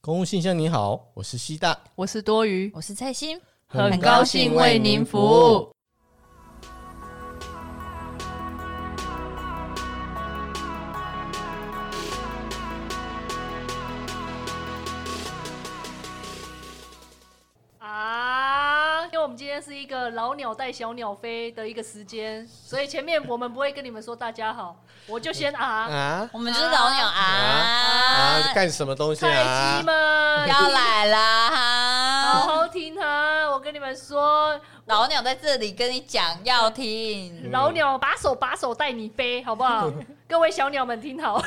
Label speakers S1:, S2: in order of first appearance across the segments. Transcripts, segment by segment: S1: 公务信箱，你好，我是西大，
S2: 我是多余，
S3: 我是蔡心，
S2: 很高兴为您服务。。
S4: 啊，因为我们今天是一个老鸟带小鸟飞的一个时间，所以前面我们不会跟你们说大家好，我 就先啊，
S1: 啊
S3: 我们就是老鸟
S1: 啊，
S3: 啊，
S1: 干什么东西
S4: 菜
S1: 啊
S4: 鸡？们
S3: 要来啦
S4: 好
S3: 哈！
S4: 好听哈，我跟你们说，
S3: 老鸟在这里跟你讲要听，
S4: 老鸟把手把手带你飞，好 不好？各位小鸟们听好，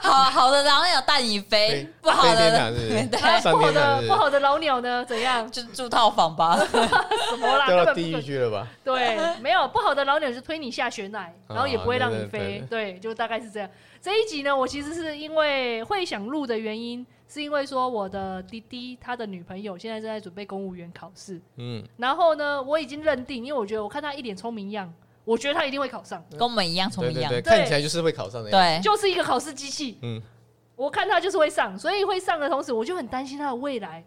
S3: 好好的老鸟带你飞
S1: 飞，
S3: 不好
S1: 飞天啊堂是
S3: 的
S1: 不是
S3: 对
S1: 上
S4: 不好
S1: 天堂
S4: 的
S1: 是
S4: 不好的老鸟呢，怎样？
S3: 就住套房吧。
S4: 什么啦？
S1: 掉
S4: 根
S1: 到
S4: 本不
S1: 地
S4: 可
S1: 狱去了吧？
S4: 对，没有不好的老鸟就推你下悬崖，然后也不会让你飞。
S1: 啊
S4: 啊对，就大概是这样。这一集呢，我其实是因为会想录的原因，是因为说我的弟弟他的女朋友现在正在准备公务员考试，
S1: 嗯，
S4: 然后呢，我已经认定，因为我觉得我看他一脸聪明样，我觉得他一定会考 上，
S3: 跟我们一样聪
S1: 对
S3: 明一
S1: 对对，，
S3: 样
S1: 看起来就是会考上的。，
S3: 对，
S4: 就是一个考试机器。
S1: 嗯，
S4: 我看他就是会上，所以会上的同时，我就很担心他的未来。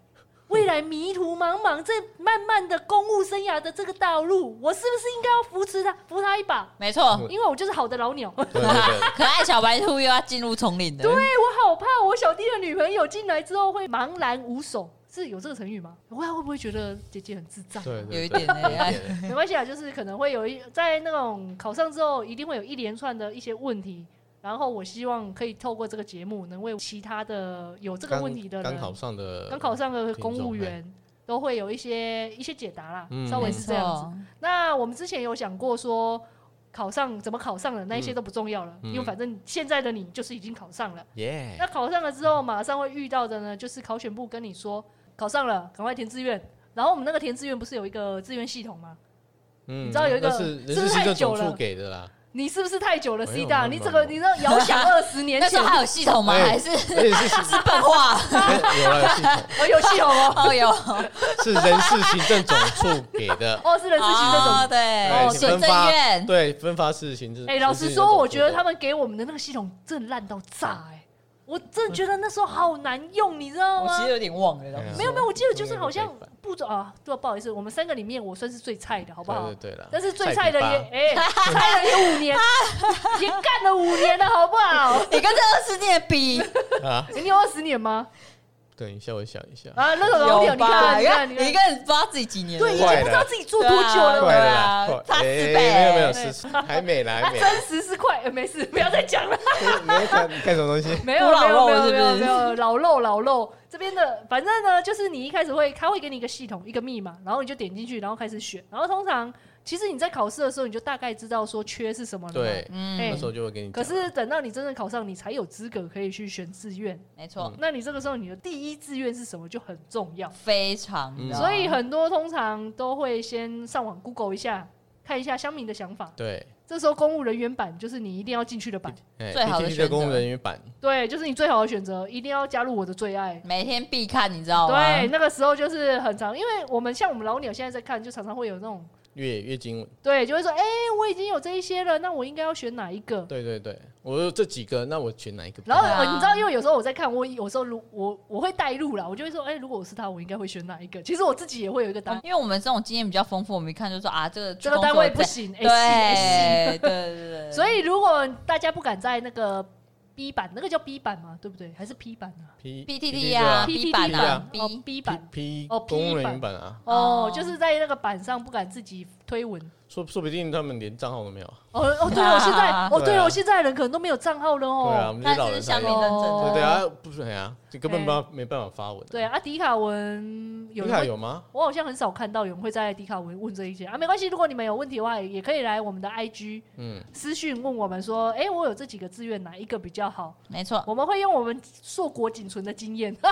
S4: 未来迷途茫茫，这漫漫的公务生涯的这个道路，我是不是应该要扶持他，扶他一把？
S3: 没错。
S4: 因为我就是好的老鸟， 哎
S1: 对对对，
S3: 可爱小白兔又要进入丛林的，对，
S4: 我好怕我小弟的女朋友进来之后会茫然无手，是有这个成语吗？我会不会觉得姐姐很智障？
S1: 对对，
S3: 有一
S1: 对
S3: 点哎
S1: 有一点欸
S4: 没关系啊，就是可能会有一在那种考上之后，一定会有一连串的一些问题。然后我希望可以透过这个节目，能为其他的有这个问题的人，
S1: 刚考上的，
S4: 刚考上的
S1: 听
S4: 公
S1: 众
S4: 务
S1: 嘿
S4: 员，都会有一些一些解答啦，
S1: 嗯
S4: 稍微
S3: 没
S4: 是这样子。
S3: 错，
S4: 那我们之前有想过说，考上怎么考上的那一些都不重要了，
S1: 嗯
S4: 因为反正现在的你就是已经考上了。
S1: 耶
S4: 那，考上了之后，马上会遇到的呢，就是考选部跟你说考上了，赶快填志愿。然后我们那个填志愿不是有一个志愿系统吗？
S1: 嗯
S4: 你知道有一个
S1: 那是人
S4: 是不
S1: 事
S4: 是
S1: 行
S4: 太
S1: 政
S4: 久
S1: 总处
S4: 了
S1: 给的啦，
S4: 你是不是太久了
S1: 没有
S4: ，C
S1: 没
S4: 大？
S1: 有
S4: 你
S1: 没
S4: 这
S1: 有
S4: 个你这遥想二十年
S3: 那时
S4: 前
S3: 候，还有系统吗？
S1: 哎
S3: 还是
S1: 而且是
S3: 资本化？
S1: 哎有了系统，
S4: 我有系统哦，，
S3: 哦有，
S1: 是人事行政总处给的
S4: 哦是人事行政总
S3: 哦
S4: 部。
S1: 哎请
S3: 对，哦行
S1: 分发
S3: 政院，
S1: 对，分发事行政。
S4: 哎，老
S1: 是
S4: 实
S1: 行政总
S4: 说，
S1: 处
S4: 我觉得
S1: 的
S4: 他们给我们的那个系统真的烂到炸哎、我真的觉得那时候好难用，你知道
S3: 我
S4: 吗
S3: 其？实有点忘了，老
S1: 哎
S3: 实
S1: 呀
S3: 说
S4: 没有没有，我记得就是
S1: 中间
S4: 好像
S1: 有改版
S4: 步骤啊，对，不好意思，我们三个里面我算是最菜的，好不好
S1: 对？对对了，
S4: 但是最菜的
S1: 菜比
S4: 也哎、菜了也五 年，也干了五年了，好不好？
S3: 你跟这二十年比，
S1: 吧 啊，
S4: 你有二十年吗？
S1: 等一下，我想一下，
S4: 啊，那种老鸟，你看，你看，
S3: 你
S4: 你
S3: 看，你
S4: 看，
S3: 看，不知道自己几年了，
S4: 对，已经
S1: 快
S4: 不知
S1: 了
S4: 道自己做多久了。
S3: 对
S1: 快了
S3: 啊
S1: 啦，快
S3: 差
S1: 哎
S3: 四倍
S1: 没有没有
S4: 对
S1: 十，还没啦，
S4: 啊，
S1: 还没啦，
S4: 真实是快，呃没事，不要再讲 了。
S1: 你在看你看什么东西？
S4: 没有，
S3: 古老
S4: 没有，
S3: 肉
S4: 没有，
S3: 是
S4: 没
S3: 不
S4: 有，没
S3: 是
S4: 有，老肉，老肉。这边的，反正呢，就是你一开始会，他会给你一个系统，一个密码，然后你就点进去，然后开始选。然后通常，其实你在考试的时候，你就大概知道说缺是什么了。。
S1: 对，
S3: 嗯
S4: 哎
S1: 那时候就会跟你
S4: 可
S1: 讲，
S4: 是等到你真正考上，你才有资格可以去选志愿。
S3: 没错，
S4: 那你这个时候，你的第一志愿是什么就很重要。
S3: 非常
S1: 嗯
S3: 的，
S4: 所以很多通常都会先上网 Google 一下，看一下乡民的想法。
S1: 对，
S4: 这时候公务人员版就是你一定要进去的版，
S1: 哎
S3: 最好的
S1: PTT
S3: 选择
S1: 公务人员版，
S4: 对，就是你最好的选择，一定要加入我的最爱。
S3: 每天必看，你知道吗？
S4: 对，，那个时候就是很长，因为我们像我们老鸟现在在看，就常常会有那种
S1: 月月经文，
S4: 对，就会说，哎、我已经有这一些了，那我应该要选哪一个？
S1: 对对对，我有这几个，那我选哪一个？
S4: 然后、
S3: 对啊
S4: 呃你知道，因为有时候我在看，我有时候如我我会带入啦，我就会说，哎、如果我是他，我应该会选哪一个？其实我自己也会有一个答案，
S3: 因为我们这种经验比较丰富，我们一看就说啊，这个
S4: 这个单位不，行，哎、
S3: 对对对对 对，
S4: 所以如果大家不敢在那个 B 版，那个叫 B 版嘛，对不对？还是 P 版啊
S1: P
S3: PTT 啊
S4: PTT
S3: ，B 版啊
S4: 哦
S3: ，B
S4: ，B 版
S1: P P
S4: 哦
S1: 公务
S4: P
S1: 人
S4: 版
S1: 员版啊，
S4: 哦
S3: 哦，
S4: 就是在那个版上不敢自己推文。
S1: 说说不定他们连账号都没有，啊
S4: 哦哦，对哦，现在哦对
S1: 对啊
S4: 哦，现在人可能都没有账号了
S1: 对啊，我
S4: 哦。
S1: 们
S3: 那
S1: 老
S3: 是
S1: 人
S3: 乡
S1: 才
S3: 民
S1: 有，
S3: 认证
S1: 对
S3: 的，
S1: 对啊，不是啊，就根本没办没办法发文，
S4: 对啊，迪卡文有
S1: 你
S4: 人
S1: 看
S4: 会，
S1: 有吗？
S4: 我好像很少看到有人会在迪卡文问这一些啊，没关系，如果你们有问题的话，也可以来我们的 IG
S1: 嗯，
S4: 私讯问我们说，哎，我有这几个志愿哪一个比较好？
S3: 没错，
S4: 我们会用我们硕果仅存的经验，
S1: 对，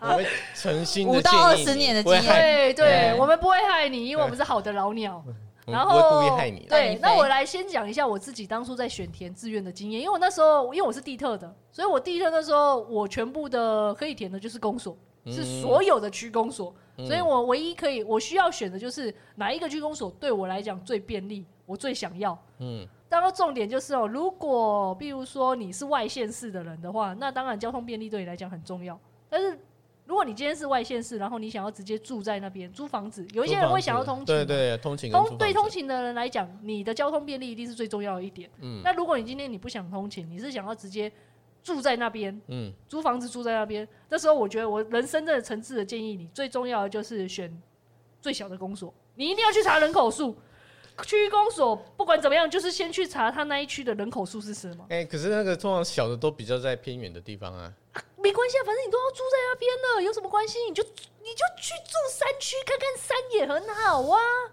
S1: 我会诚心的
S3: 五到二十年的经验
S4: 对对
S1: 对，
S4: 我们不会害你，因为我们是好的老鸟。
S1: 然
S4: 然
S1: 后
S4: 后
S1: 不会故意害你的。
S4: 对
S3: 对，
S4: 那我来先讲一下我自己当初在选填志愿的经验，因为我那时候因为我是地特的，所以我地特那时候我全部的可以填的就是公所，是所有的区公所，
S1: 嗯
S4: 所以我唯一可以我需要选的就是哪一个区公所对我来讲最便利，我最想要。
S1: 嗯，
S4: 当然，重点就是哦，如果比如说你是外县市的人的话，那当然交通便利对你来讲很重要。但是如果你今天是外县市，然后你想要直接住在那边租房子，有一些人会想要通勤，
S1: 对对，通勤跟租
S4: 通对
S1: 房子，
S4: 通勤的人来讲，你的交通便利一定是最重要的一点。
S1: 嗯
S4: 那如果你今天你不想通勤，你是想要直接住在那边，
S1: 嗯，
S4: 租房子住在那边，那时候我觉得我人生真的层次的建议你，最重要的就是选最小的公所，你一定要去查人口数。区公所不管怎么样，就是先去查他那一区的人口数是什么。
S1: 哎，可是那个通常小的都比较在偏远的地方啊，
S4: 没关系啊，反正你都要住在那边了，有什么关系？你就你就去住山区看看山也很好啊。哎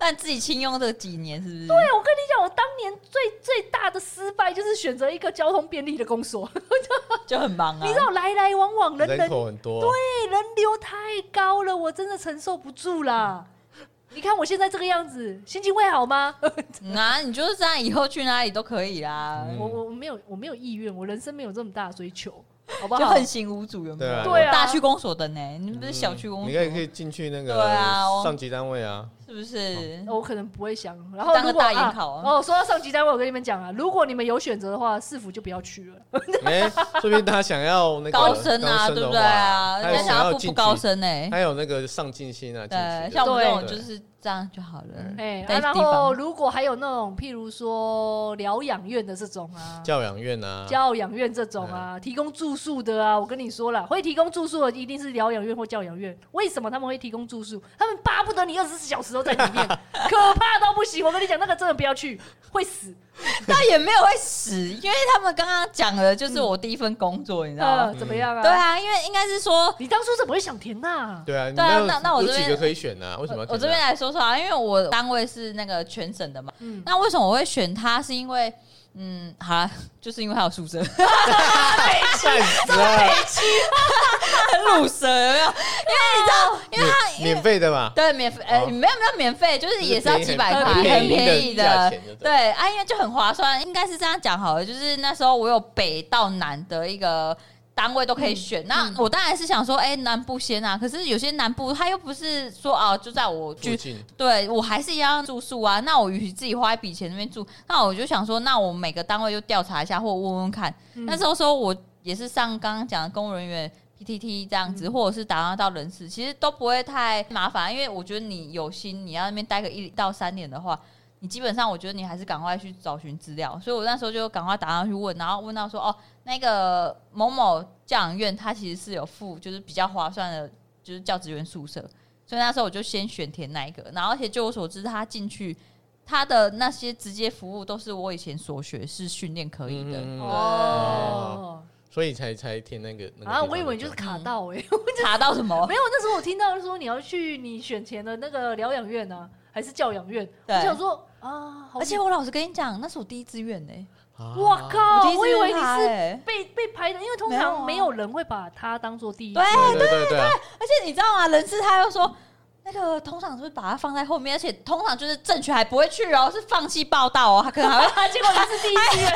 S3: 那你自己清用这几年是不是？对
S4: 我跟你讲，我当年最最大的失败就是选择一个交通便利的公所，
S3: 就很忙啊。
S4: 你知道来来往往人人
S1: 人口很多，
S4: 对啊人流太高了，我真的承受不住 啦。你看我现在这个样子，心情会好吗？
S3: 嗯啊，你就是这样，以后去哪里都可以啦，
S1: 嗯
S4: 我我我没有我没有意愿，我人生没有这么大的追求，好不
S3: 嗯就
S4: 好？
S3: 横行无阻，有没
S1: 对啊
S3: 有？
S4: 对啊
S3: 我大区公所的呢，你们不是小区公
S1: 嗯你
S3: 所
S1: 可以可以进去那个
S3: 对啊我
S1: 上级单位 啊，
S3: 是不是？
S4: 哦我可能不会想。然后
S3: 当个
S4: 如果
S3: 大研考啊
S4: 哦，说到上级单位，我跟你们讲啊，如果你们有选择的话，市府就不要去了。
S1: 哎，说不定他想要那个
S3: 高升
S1: 高
S3: 啊，
S1: 升
S3: 对
S1: 的话
S3: 不对啊？
S1: 他
S3: 人
S1: 有
S3: 家想要
S1: 要
S3: 步
S1: 进
S3: 步
S1: 取
S3: 高升呢，
S1: 还有那个上进心啊，进
S3: 对，
S1: 取
S3: 像
S1: 的
S3: 我们这种
S1: 对
S3: 就是这样就好了。
S4: 哎、
S3: 在
S4: 啊然
S3: 地方
S4: 后如果还有那种譬如说疗养院的这种啊，
S1: 教养院啊，
S4: 教养院这种啊，提供住宿的啊，我跟你说了，会提供住宿的一定是疗养院或教养院。为什么他们会提供住宿？他们巴不得你二十四小时都在 里面，可怕到不行。我跟你讲，那个真的不要去，会死。
S3: 那也没有会死，因为他们刚刚讲的就是我第一份工作，你知道
S4: 呃，
S3: 吗？
S4: 怎么样啊？
S3: 对，啊，因为应该是说，
S4: 你当初怎么会想填那？
S1: 对啊，你
S3: 对啊
S1: 有
S3: 那那我
S1: 有
S3: 这
S1: 几
S3: 边
S1: 个可以选呢？为什么要
S3: 我
S1: 填
S3: 这边
S1: 啊
S3: 来说说啊，因为我单位是那个全省的嘛，
S4: 嗯，
S3: 那为什么我会选它？是因为，嗯，好啦，就是因为它有 宿舍，
S1: 烂死了，
S3: 很入舍有没有？因为你知道，因为它
S1: 免免费的嘛，
S3: 对免费，呃，
S1: 哦
S3: 没有没有免费，就是也是要几百
S1: 就是
S3: 块，
S1: 便
S3: 很
S1: 宜很
S3: 便宜
S1: 便宜的价
S3: 的
S1: 钱就。对
S3: 对啊，因为就很划算，应该是这样讲好了。就是那时候我有北到南的一个。单位都可以选，那我当然是想说，哎、南部先啊。可是有些南部他又不是说哦，就在我
S1: 附
S3: 居
S1: 近
S3: 对我还是一样住宿啊。那我与其自己花一笔钱那边住，那我就想说，那我每个单位就调查一下或问问看。
S4: 嗯
S3: 那时候说我也是上刚刚讲的公务人员 PTT 这样子，或者是打到人事，其实都不会太麻烦，因为我觉得你有心，你要那边待个一到三年的话。你基本上，我觉得你还是赶快去找寻资料，所以我那时候就赶快打上去问，然后问到说，哦，那个某某教养院，它其实是有附就是比较划算的，就是教职员宿舍，所以那时候我就先选填那一个，然后而且就我所知，他进去他的那些直接服务都是我以前所学是训练可以的，
S1: 嗯嗯嗯
S4: 哦，
S1: 所以才才填那个那个地
S4: 啊，
S1: 方
S4: 我以为你
S1: 就
S4: 就是
S1: 对
S3: 嗯
S4: 卡到哎、
S3: 查到什么？
S4: 没有，那时候我听到说你要去你选填的那个疗养院呢、啊，还是教养院？我
S3: 对
S4: 想说啊，好
S3: 而且我老实跟你讲，那是我第一志愿呢、
S1: 啊
S4: 我
S3: 我
S4: 靠
S3: 第，一
S4: 哦我以
S3: 志愿
S4: 为你
S3: 他
S4: 是
S3: 欸
S4: 被被拍的，因为通
S3: 没有
S4: 常
S3: 啊
S4: 没有人会把它当做第一。
S3: 对，
S1: 对对对对啊，
S3: 而且你知道吗？人事他又说。那个通常就是把它放在后面，而且通常就是正确还不会去哦，是放弃报道哦，他可能 还会
S4: 啊，结果你是第一志愿，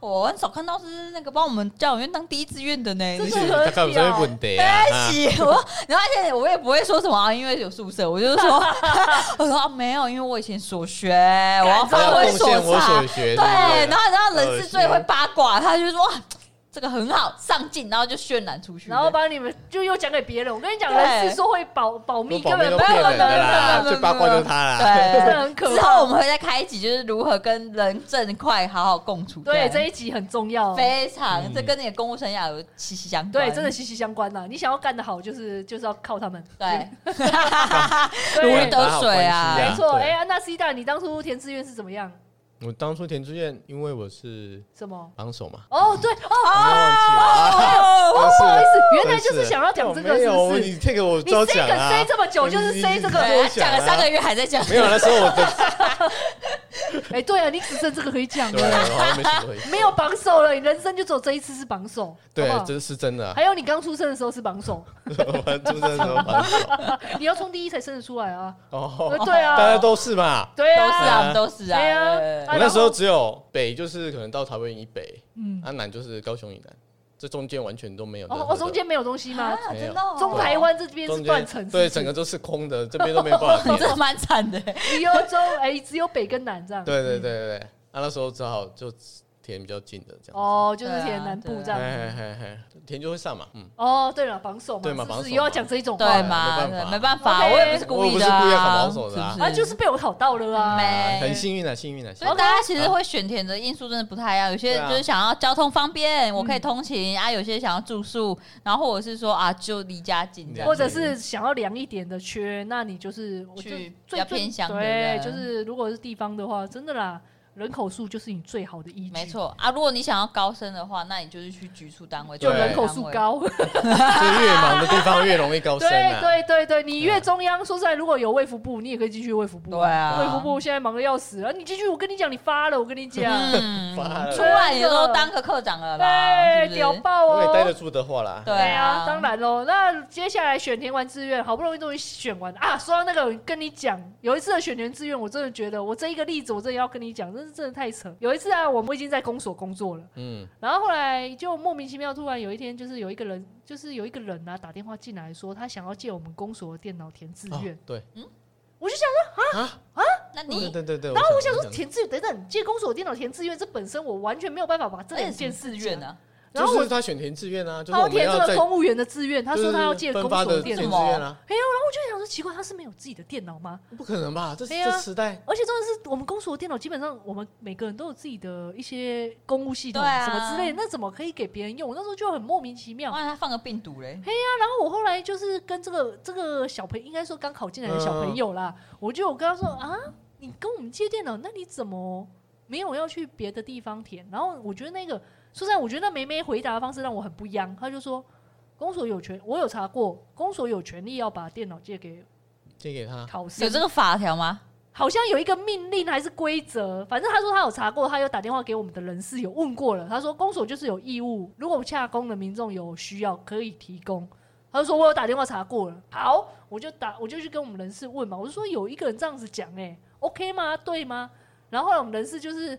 S3: 我很少看到是那个帮我们教养院当第一志愿的呢，
S1: 你
S4: 这
S3: 你
S1: 是
S4: 种
S1: 大概有什么问题啊？啊
S3: 喜我，然后而且我也不会说什么啊，因为有宿舍，我就 说， 我说、啊、没有，因为我以前所学，我要
S1: 我
S3: 发
S1: 要
S3: 挥
S1: 贡献我
S3: 长
S1: 所。学，
S3: 对，然后然
S1: 恶
S3: 后人
S1: 心
S3: 是最会八卦，他就说哇，这个很好，上进，然后就渲染出去。
S4: 然后把你们就又讲给别人。我跟你讲，
S3: 对
S4: 人事说会保保密，
S1: 我
S4: 根
S1: 保密
S4: 本
S1: 都
S4: 没有
S1: 骗人
S4: 人
S1: 的
S4: 的，
S1: 啦，
S3: 没有没有没有
S1: 最八卦就是他啦。
S4: 真的
S3: 对，
S4: 很可
S3: 之后我
S4: 怕。
S3: 们会再开一集，就是如何跟人正快好好共处。
S4: 对，这一集很重要。
S3: 非常，
S1: 嗯
S3: 这跟你的公务生涯有息息相关。
S4: 对，真的息息相关呐。你想要干得好，就是就是要靠他们。
S3: 对，
S4: 对
S3: 如鱼得水啊
S1: 对
S4: 没错。
S1: 对
S4: 哎，安娜西大，你当初填志愿是怎么样？
S1: 我当初填志愿，因为我是
S4: 什么？
S1: 榜首嘛，
S4: 哦，对，哦，
S1: 我忘记了啊。
S3: 哦，
S1: 不
S4: 不好意思，
S1: 是
S4: 原来就是想要讲这个，
S1: 没
S4: 是
S1: 有
S4: 不
S1: 你
S4: 是？
S1: 这个我
S4: 你
S1: 都要
S4: say
S1: 讲
S4: 个
S1: 啊
S4: say。这么久，就是 say 这
S1: 你
S4: 个。
S1: 多
S3: 对
S1: 想
S3: 讲
S1: 啊
S3: 了三个月还在讲，
S1: 没有，啊那时候我的
S4: 哎，对啊，你只剩这个可以讲
S1: 对，
S4: 了。
S1: 我好像没什么回应。
S4: 没有榜首了，你人生就只有这一次是榜首，
S1: 对
S4: 好不，好
S1: 这是真的啊。
S4: 还有你刚出生的时候是榜首，
S1: 我出生的时候榜首
S4: 你要冲第一才生得出来啊！呃
S1: 哦，
S4: 对啊，
S1: 大家都是嘛。
S4: 对
S3: 都
S4: 啊，
S3: 是啊，我们都是啊。
S4: 对啊
S3: 对
S4: 啊
S1: 我那时候只有北，就是可能到桃园以北，
S4: 嗯，
S1: 啊南就是高雄以南，这中间完全都没有任
S4: 哦
S1: 何的。
S4: 哦，中间没有东西吗？
S3: 啊
S1: 没有
S3: 真的哦
S4: 中台湾这边是
S1: 中
S4: 断
S1: 间
S4: 层，
S1: 对，
S4: 是不
S1: 整
S4: 是
S1: 个都是空的，这边都没有办法 填。
S3: 真的蛮惨的。
S4: 只有中哎，只有北跟南这样。
S1: 对对对对对，啊那时候只好就田比较近的这样子。
S4: 哦，就是
S3: 对啊
S4: 填南部这样。
S1: 嘿嘿嘿嘿，田就会上嘛，嗯，
S4: 哦，对了，防守嘛，
S1: 对嘛
S4: 是不
S1: 防
S4: 是
S1: 守
S4: 又要
S1: 嘛
S4: 讲这一种话
S3: 对
S4: 了？
S3: 嘛？
S1: 没办法
S3: 没办法，
S4: OK
S3: 我也不是故意的啊，
S1: 我也不是故意要考保守的啊
S3: 是不嗯
S4: 啊，就是被我考到了啊。
S3: 没
S1: 很幸运啊，幸运啊，幸
S3: 所以
S1: 运。
S3: 大家其实会选填的因素真的不太一样，有些
S1: 啊
S3: 就是想要交通方便，我可以通勤啊；有些想要住宿，然后或者是说啊，就离家近这样
S4: 或。者是想要凉一点的缺，那你就是我就
S3: 去
S4: 最
S3: 比较偏乡的
S4: 对，
S3: 人
S4: 就是如果是地方的话，真的啦，人口数就是你最好的依据，
S3: 没，错啊，如果你想要高升的话，那你就是去局处单位，
S4: 就
S1: 对
S4: 人口数。高，
S1: 是越忙的地方越容易高升
S4: 对
S1: 啊。
S4: 对对对，你越中央，说实在，如果有卫福部，你也可以继续卫福部，
S3: 对，啊，
S4: 卫福部现在忙的要死啊，你继续，我跟你讲，你发了，我跟你 讲，
S3: 嗯
S1: 发了
S3: 出来你都当个科长了啦，
S4: 对，
S3: 是不
S4: 哎屌
S3: 是？
S4: 爆
S1: 如果你待得
S4: 哦。
S1: 住的话啦，
S3: 对
S4: 对
S3: 啊
S4: 啊，，当。然喽。那接下来选填完志愿，好不容易终于选完啊！说到那个，我跟你讲，有一次的选填志愿，我真的觉得我这一个例子，我真的要跟你讲，真是真的太扯。有一次啊，我们已经在公所工作了，
S1: 嗯，
S4: 然后后来就莫名其妙，突然有一天，就是有一个人，就是有一个人啊，打电话进来说他想要借我们公所的电脑填志
S1: 哦
S4: 愿，
S1: 对，
S4: 我就想
S3: 那
S1: 对
S3: 你
S1: 对对对。
S4: 然后我想说
S1: 想
S4: 填志愿，等等，借公所的电脑填志愿，这本身我完全没有办法把这两件事
S3: 志
S4: 情
S3: 愿。啊呢？
S4: 然后
S1: 就
S4: 我
S1: 哎是他选填志愿啊，就是
S4: 他要
S1: 我们
S4: 填
S1: 要
S4: 这
S1: 在
S4: 个公务员的志愿，他
S1: 就
S4: 说
S1: 是
S4: 他要借公
S1: 分发
S4: 所
S1: 的
S4: 的
S1: 填
S4: 电
S1: 志
S4: 脑
S3: 什。么
S1: 愿啊，
S4: 我就想说奇怪，他是没有自己的电脑吗？
S1: 不可能吧？这
S4: 对啊
S1: 这时代，
S4: 而且重点是我们公所的电脑基本上我们每个人都有自己的一些公务系统
S3: 对啊
S4: 什么之类的，那怎么可以给别人用？我那时候就很莫名其妙。
S3: 万一他放个病毒嘞？
S4: 然后我后来就是跟这个这个小朋应该说刚考进来的小朋友啦，我就有跟他说啊，你跟我们借电脑，那你怎么没有要去别的地方填？然后我觉得那个说实在，我觉得那梅梅回答的方式让我很不一样。他就说，公所有权，我有查过，公所有权利要把电脑借给
S1: 借给他，
S4: 考生。
S3: 有这个法条吗？
S4: 好像有一个命令还是规则，反正他说他有查过，他有打电话给我们的人事有问过了。他说公所就是有义务，如果洽公的民众有需要可以提供。他就说我有打电话查过了，好，我就打我就去跟我们人事问嘛，我就说有一个人这样子讲、欸，哎，OK 吗？对吗？然后后来我们人事就是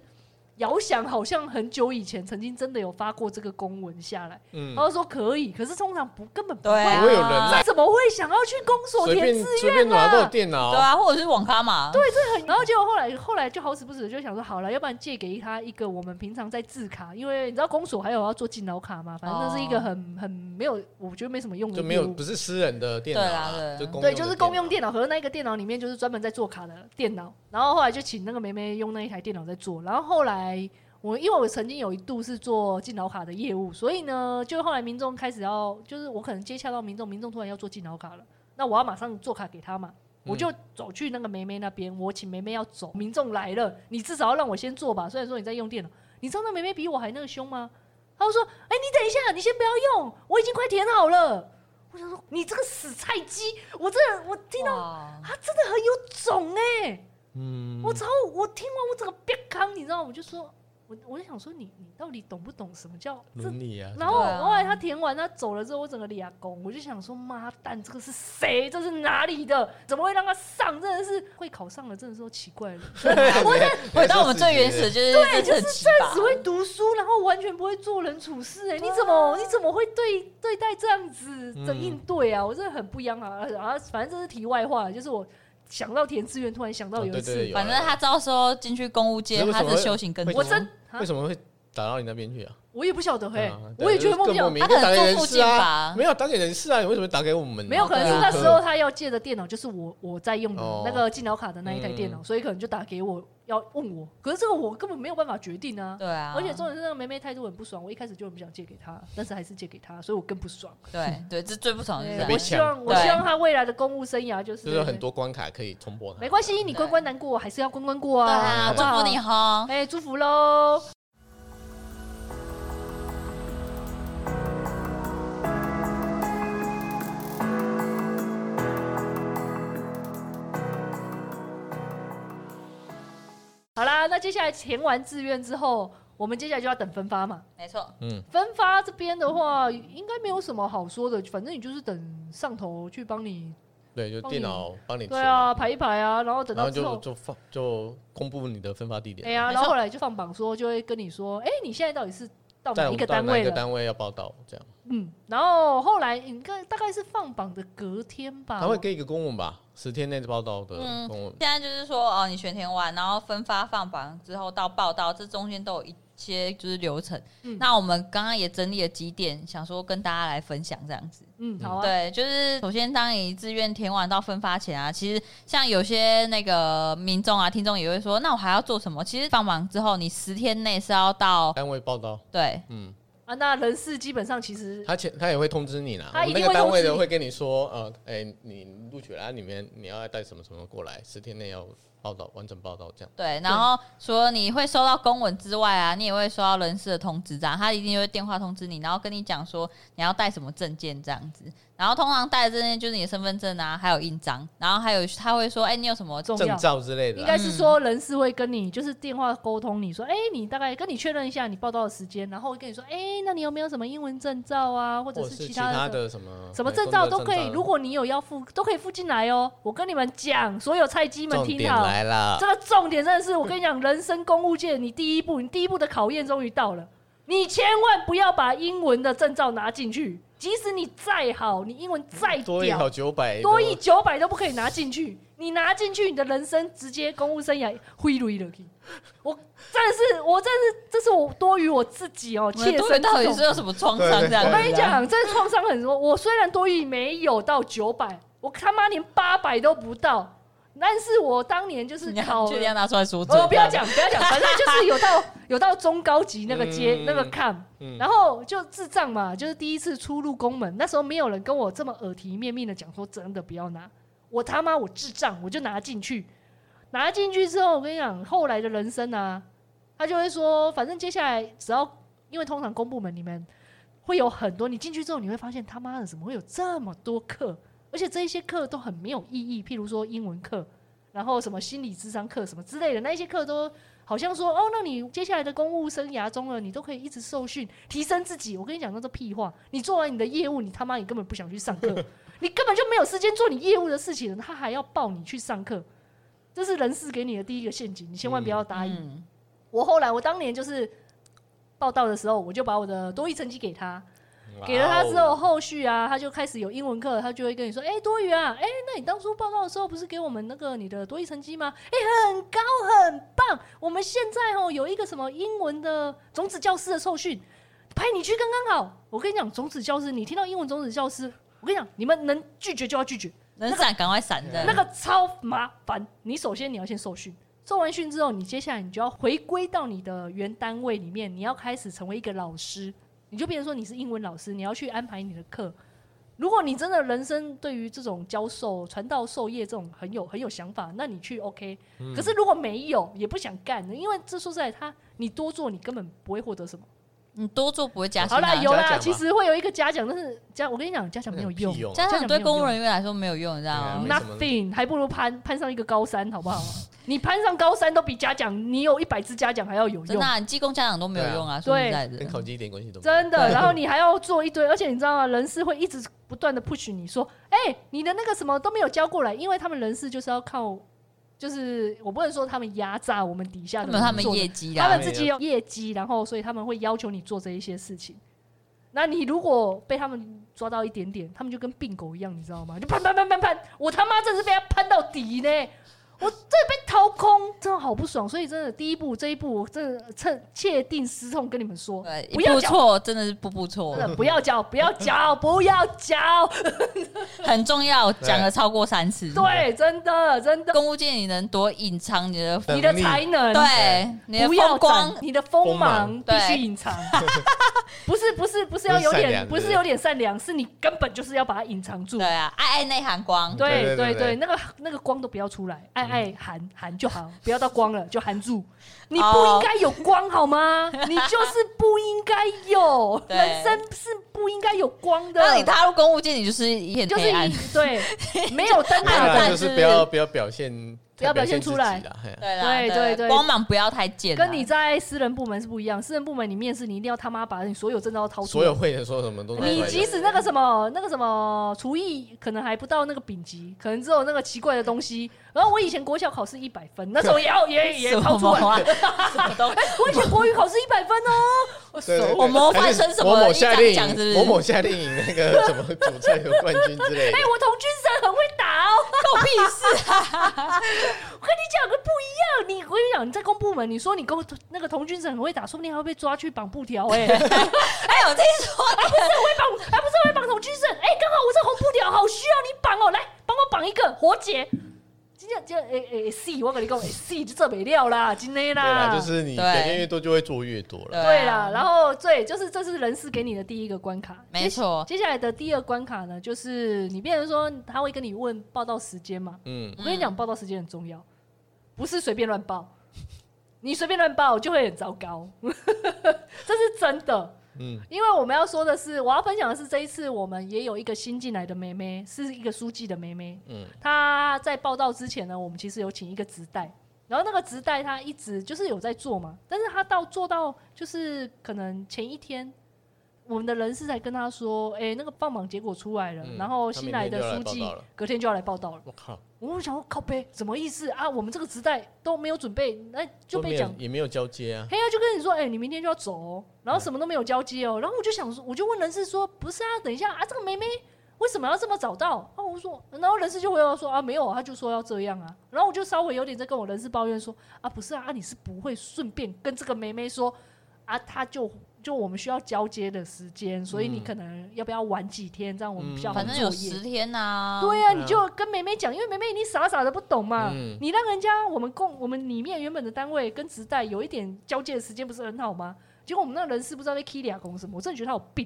S4: 遥想，好像很久以前曾经真的有发过这个公文下来，
S1: 嗯
S4: 然，后说可以，可是通常不根本不
S3: 对啊，
S1: 不会有人来
S4: 怎么会想要去公所
S1: 随
S4: 填
S1: 便
S4: 志啊
S1: 随便哪都有电
S3: 对
S1: 脑，
S3: 啊，或者是网咖嘛？对，
S4: 然后结果后来后来就好死不死就想说好了，要不然借给他一个我们平常在制卡，因为你知道公所还有要做敬老卡嘛，反正那是一个很很没有，我觉得没什么用的
S1: 就
S4: 业务，
S1: 没有不是私人的电脑
S3: 对
S1: 啊
S3: 啦，对
S1: 就公用的
S4: 对，就是公用电脑，和那个电脑里面就是专门在做卡的电脑。然后后来就请那个梅梅用那一台电脑在做。然后后来我因为我曾经有一度是做敬老卡的业务，所以呢，就后来民众开始要，就是我可能接洽到民众，民众突然要做敬老卡了，那我要马上做卡给他嘛。我就走去那个梅梅那边，我请梅梅要走，民众来了，你至少要让我先做吧。虽然说你在用电脑，你知道那梅梅比我还那个凶吗？她就说：“哎、你等一下，你先不要用，我已经快填好了。”我想说，你这个死菜鸡，我真的我听到
S3: 到
S4: 他真的很有种哎、
S1: 嗯，
S4: 我超我听完我整个憋康，你知道，我就说，我我就想说你你到底懂不懂什么叫这？
S1: 伦理啊，
S4: 然后
S3: 对啊
S4: 后来他填完他走了之后，我整个俩拱，我就想说，妈蛋，这个是谁？这是哪里的？怎么会让他上？真的是会考上了，真的是都奇怪 了。
S1: 我
S3: 回到我们最原始的，就是对，
S4: 就是
S3: 这
S4: 只会读书，然后完全不会做人处事、哎，你怎么
S1: 啊
S4: 你怎么会对对待这样子的应对啊？我真的很不一样啊！啊，反正这是题外话，就是我想到填志愿，突然想到有一
S1: 对
S4: 次，
S1: 对对，有啊
S3: 反正他到时候进去公务界
S1: 只，是为
S3: 他
S1: 什么
S3: 的
S1: 会
S3: 修行更
S1: 会
S3: 多
S4: 我。真啊
S1: 为什么会打到你那边去啊？
S4: 我也不晓得嘿、
S1: 啊对
S4: 我也觉
S1: 就
S4: 得
S1: 是
S4: 梦
S1: 更莫
S4: 想。
S1: 名，
S3: 他
S1: 就
S3: 可能
S1: 打给
S3: 住
S1: 人
S3: 附
S1: 事
S3: 近
S1: 啊
S3: 吧，
S1: 没有打给人事啊，你为什么打给我们呢？
S4: 没有，可能是
S3: 对啊
S4: 那时候他要借的电脑就是我我在用的
S1: 哦
S4: 那个敬老卡的那一台电脑，
S1: 嗯
S4: 所以可能就打给我要问我，可是这个我根本没有办法决定啊。
S3: 对啊，
S4: 而且重点是那个梅梅态度很不爽，我一开始就很不想借给她，但是还是借给她，所以我更不爽。
S3: 对对，这最不爽的
S4: 对
S3: 是这
S1: 被
S4: 我
S3: 样
S4: 希望，
S1: 抢
S4: 我
S3: 嗯对
S4: 希望他未来的公务生涯就是
S1: 就是很多关卡可以冲破它。
S4: 没关系，你关关难过，还是要关关过
S3: 对
S4: 啊，
S3: 啊，
S4: 好
S3: 祝
S4: 不好
S3: 福你哈。
S4: 哎，祝福喽！好啦，那接下来填完志愿之后，我们接下来就要等分发嘛。
S3: 没错，
S4: 分发这边的话，应该没有什么好说的，反正你就是等上头去帮你，
S1: 对，就电脑帮你
S4: 对
S1: 填
S4: 啊，排一排啊，然后等
S1: 然
S4: 到
S1: 后
S4: 之
S1: 就
S4: 后
S1: 就放就公布你的分发地点，
S4: 哎呀，
S3: 啊没
S4: 然后
S3: 错
S4: 后来就放榜说，就会跟你说，哎、你现在到底是到
S1: 在
S4: 哪
S1: 我
S4: 一
S1: 们
S4: 个
S1: 到
S4: 单
S1: 哪
S4: 位
S1: 一个
S4: 了？
S1: 单位要报道这样，
S4: 嗯，然后后来应该大概是放榜的隔天吧，
S1: 他会给一个公文吧，十天内报道的
S3: 嗯
S1: 公文。
S3: 现在就是说哦，你选填完，然后分发放榜之后到报道，这中间都有一些就是流程。
S4: 嗯
S3: 那我们刚刚也整理了几点，想说跟大家来分享这样子。
S4: 嗯，好啊，
S3: 对，就是首先，当你自愿填完到分发前啊，其实像有些那个民众啊、听众也会说，那我还要做什么？其实放完之后，你十天内是要到
S1: 单位报道，
S3: 对
S1: 嗯，
S4: 啊，那人事基本上其实
S1: 他前他也会通知你啦，
S4: 他
S1: 我们
S4: 一定
S1: 那
S4: 会
S1: 个单位
S4: 通知
S1: 的
S4: 你
S1: 会跟你说，呃，哎、你录取了、啊，里面你要带什么什么过来，十天内要报道完整报道这样。
S3: 对，然后除了你会收到公文之外啊，你也会收到人事的通知，这样他一定会电话通知你，然后跟你讲说你要带什么证件这样子。然后通常带的证件就是你的身份证啊，还有印章，然后还有他会说，哎、你有什么
S4: 重要
S1: 证。照之类的
S4: 应
S1: 啦，
S4: 该是说人事会跟你就是电话沟通，你说，哎、你大概跟你确认一下你报道的时间，然后跟你说，哎、那你有没有什么英文证照啊，或者
S1: 或
S4: 是
S1: 是其
S4: 其他
S1: 他
S4: 的？
S1: 的什么
S4: 什么
S1: 对
S4: 证
S1: 工
S4: 照
S1: 作
S4: 都可以，如
S1: 的
S4: 果你有要附，都可以附进来哦。我跟你们讲，所有菜鸡们
S1: 重
S4: 听
S1: 点
S4: 到，
S1: 来啦
S4: 这，个重点真的是，我跟你讲，人生公务界，你第一步，你第一步的考验终于到了。你千万不要把英文的证照拿进去，即使你再好，你英文再
S1: 多一考
S4: 屌，
S1: 九百，
S4: 多一九百都不可以拿进去。你拿进去，你的人生直接公务生涯灰溜了。我真的是，我真的是，这是我多于我自己哦，
S3: 我的
S4: 切
S3: 多余
S4: 身之
S3: 到底
S4: 痛
S3: 是有什么创
S1: 对
S3: 伤
S1: 对
S3: 这样
S1: 对
S3: 子、
S4: 我
S3: 啊？
S4: 跟你讲，这创伤很多。我虽然多余没有到九百，我他妈连八百都不到，但是我当年就是
S3: 你
S4: 考
S3: 要
S4: 了
S3: 确定要拿出来说
S4: 哦，
S3: 嘴
S4: 不要
S3: 这样
S4: 讲，不要讲，反正就是有到有到中高级那个阶、
S1: 嗯
S4: 那个 cam，、
S1: 嗯
S4: 然后就智障嘛，就是第一次出入宫门，那时候没有人跟我这么耳提面命的讲说真的不要拿，我他妈我智障，我就拿进去，拿进去之后，我跟你讲，后来的人生啊，他就会说，反正接下来只要因为通常公部门里面会有很多，你进去之后你会发现他妈的怎么会有这么多课，而且这一些课都很没有意义，譬如说英文课。然后什么心理智商课什么之类的，那一些课都好像说哦，那你接下来的公务生涯中了，你都可以一直受训，提升自己。我跟你讲，那都屁话。你做完你的业务，你他妈你根本不想去 上课，你根本就没有时间做你业务的事情了，他还要抱你去上课，这是人事给你的第一个陷阱，你千万不要答应。
S3: 嗯，
S4: 我后来，我当年就是报道的时候，我就把我的多益成绩给他，
S1: 哇
S4: 给了他之后，
S1: 哦，
S4: 后续啊，他就开始有英文课，他就会跟你说：“哎、多余啊，哎、那你当初报告的时候不是给我们那个你的多益成绩吗？哎、很高，很棒。我们现在哦有一个什么英文的种子教师的受训，派你去刚刚好。我跟你讲，种子教师，你听到英文种子教师，我跟你讲，你们能拒绝就要拒绝，
S3: 能闪赶快闪的。
S4: 那个超麻烦。你首先你要先受训，受完训之后，你接下来你就要回归到你的原单位里面，你要开始成为一个老师，你就变成说你是英文老师，你要去安排你的课。如果你真的人生对于这种教授、传道授业这种很有很有想法，那你去 OK。可是如果没有，也不想干，因为这说实在，他你多做，你根本不会获得什么。
S3: 你多做不会加薪、
S4: 好
S3: 啊。
S4: 啦，有
S1: 嘉奖
S4: 啦，
S1: 吧
S4: 其实会有一个嘉奖，但是嘉我跟你讲，嘉奖没有
S1: 那有
S4: 用
S1: 屁用啊
S3: 加上
S4: 奖
S3: 对
S4: 没有
S3: 公务
S4: 用
S3: 人员来说没有用，你知
S1: 对
S3: 道
S1: 啊
S3: 吗
S1: 没？什么
S4: nothing，还不如攀攀上一个高山，好不好？你攀上高山都比嘉奖，你有一百只嘉奖还要有
S3: 真
S4: 用
S3: 的、，啊，你技工家长都没有用啊，
S4: 对
S3: 说
S4: 啊
S3: 实在的
S1: 跟。考级一点关系都没有
S4: 真的。然后你还要做一堆，而且你知道吗？啊人事会一直不断的 push 你说，哎、你的那个什么都没有交过来，因为他们人事就是要靠，就是我不能说他们压榨我们底下
S3: 他
S4: 的
S3: 们有他们
S4: 做的
S3: 业绩
S4: 他
S1: 啦
S4: 们自己有业绩，然后所以他们会要求你做这一些事情。那你如果被他们抓到一点点，他们就跟病狗一样，你知道吗？就攀攀攀攀攀，我他妈真是被他攀到底呢！我这被掏空，真的好不爽。所以真的，第一步这一步，我真的趁切定失痛跟你们说，
S3: 对，
S4: 不
S3: 一
S4: 要
S3: 步
S4: 讲
S3: 错真的是步步错
S4: 真，的不要交，不要交，不要交。
S3: 很重要，讲了超过三次。，
S4: 对，啊真的真的，
S3: 公务界你能多隐藏你的，
S1: 能
S4: 你的
S1: 力
S4: 才能，
S3: 对你的
S4: 不要
S3: 风
S4: 光
S3: 光，，
S4: 你的锋芒
S1: 锋
S4: 必
S3: 对
S4: 须隐藏。不是不是不是要有
S1: 不是善
S4: 点
S1: 良
S4: 不是
S1: 对
S4: 有点善良，是你根本就是要把它隐藏住
S3: 对。啊，爱爱内涵光，
S4: 对
S1: 对对
S4: 对
S1: 对嗯
S4: 对，
S1: 对
S4: 那个那个光都不要出来，爱爱含含就好，不要到光了就含住。你不应
S3: 哦
S4: 该有光好吗？你就是不应该有，
S3: 对
S4: 人生是不应该有光的。
S3: 当你踏入公务界，你就是一片
S4: 就是
S3: 黑 暗
S4: 一。对， 没有灯
S1: 当
S4: 啊塔
S3: 暗
S4: 的
S3: 淡
S1: 然就是
S3: 是
S1: 不要不要表现，
S4: 不要表现
S1: 自
S4: 出来
S1: 己啦嘿啊
S3: 对啦，
S4: 对对对
S3: 光芒不要太贱啦。
S4: 跟你在私人部门是不一样，私人部门你面试，你一定要他妈把你所有证照都掏出
S1: 所
S4: 来。
S1: 有会员说什么都拿出来
S4: 你
S1: 讲
S4: 即使那个什么那个什么厨艺，可能还不到那个丙级，可能只有那个奇怪的东西。然后我以前国小考试一百分，那时 候也要也也
S3: 什
S4: 掏出
S3: 么
S4: 来。
S3: 啊？ 什么都
S4: 我以前国语考试一百分哦，
S1: 对对对
S3: 我模范生什么
S1: 某某
S3: 一
S1: 夏
S3: 张
S1: 令
S3: 奖是不
S1: 营，
S3: 是
S1: 某某夏令营那个什么主菜有冠军之类的
S4: 哎、，我童军神很会打哦，
S3: 狗屁事啊！
S4: 我跟你讲个不一样。你我跟你讲，你在公部门，你说你公那个童军神很会打，说不定还会被抓去绑布条哎、
S3: 哎，我听说
S4: 绑还不是会绑童军绳？哎、刚好我这红布条好需要你绑哦，来帮我绑一个活结。今天今天哎哎 C，我跟你讲哎 C 就这没料啦，今天
S1: 对
S4: 啦，
S1: 啦，就是你
S3: 对
S1: 改变越多就会做越多
S3: 啊
S1: 了。
S4: 对啦。然后对，就是这是人事给你的第一个关卡，
S3: 没错
S4: 接。接下来的第二关卡呢，就是你变成说他会跟你问报道时间嘛？
S1: 嗯，
S4: 我跟你讲，报道时间很重要，不是随便乱报。你随便乱报就会很糟糕， 这是真的。
S1: 嗯，
S4: 因为我们要说的是，我要分享的是这一次我们也有一个新进来的妹妹，是一个书记的妹妹。
S1: 嗯
S4: 她在报道之前呢，我们其实有请一个直代，然后那个直代她一直就是有在做嘛，但是她到做到就是可能前一天。我们的人事才跟她说，哎、那个放榜结果出来了，
S1: 嗯
S4: 然后
S1: 她
S4: 新
S1: 明
S4: 来
S1: 天就要
S4: 的
S1: 来
S4: 书
S1: 报
S4: 记
S1: 道了
S4: 隔天就要来报道了。
S1: 我靠，
S4: 我们想说靠背什么意思啊？我们这个时代都没有准备，那就
S1: 都没
S4: 被
S1: 有
S4: 讲。
S1: 也没有交接啊。
S4: 黑啊，就跟你说，哎、你明天就要走、哦，然后什么都没有交接哦。然后我就想说，我就问人事说，不是啊，等一下啊，这个梅梅为什么要这么早到？啊，我说，然后人事就回我说啊，没有啊，他就说要这样啊。然后我就稍微有点在跟我人事抱怨说，啊，不是啊，啊你是不会顺便跟这个梅梅说，啊，他就就我们需要交接的时间，所以你
S1: 嗯
S4: 可能要不要晚几天，这样我们比较
S1: 嗯
S4: 好
S3: 反
S4: 作
S3: 正
S4: 业。
S3: 有十天呐、
S4: 对呀、
S1: 对啊
S4: 你就跟梅梅讲，因为梅梅你傻傻的不懂嘛，
S1: 嗯
S4: 你让人家我们共我们里面原本的单位跟职代有一点交接的时间，不是很好吗？结果我们那个人事不知道在 K 俩公什么，我真的觉得他有病。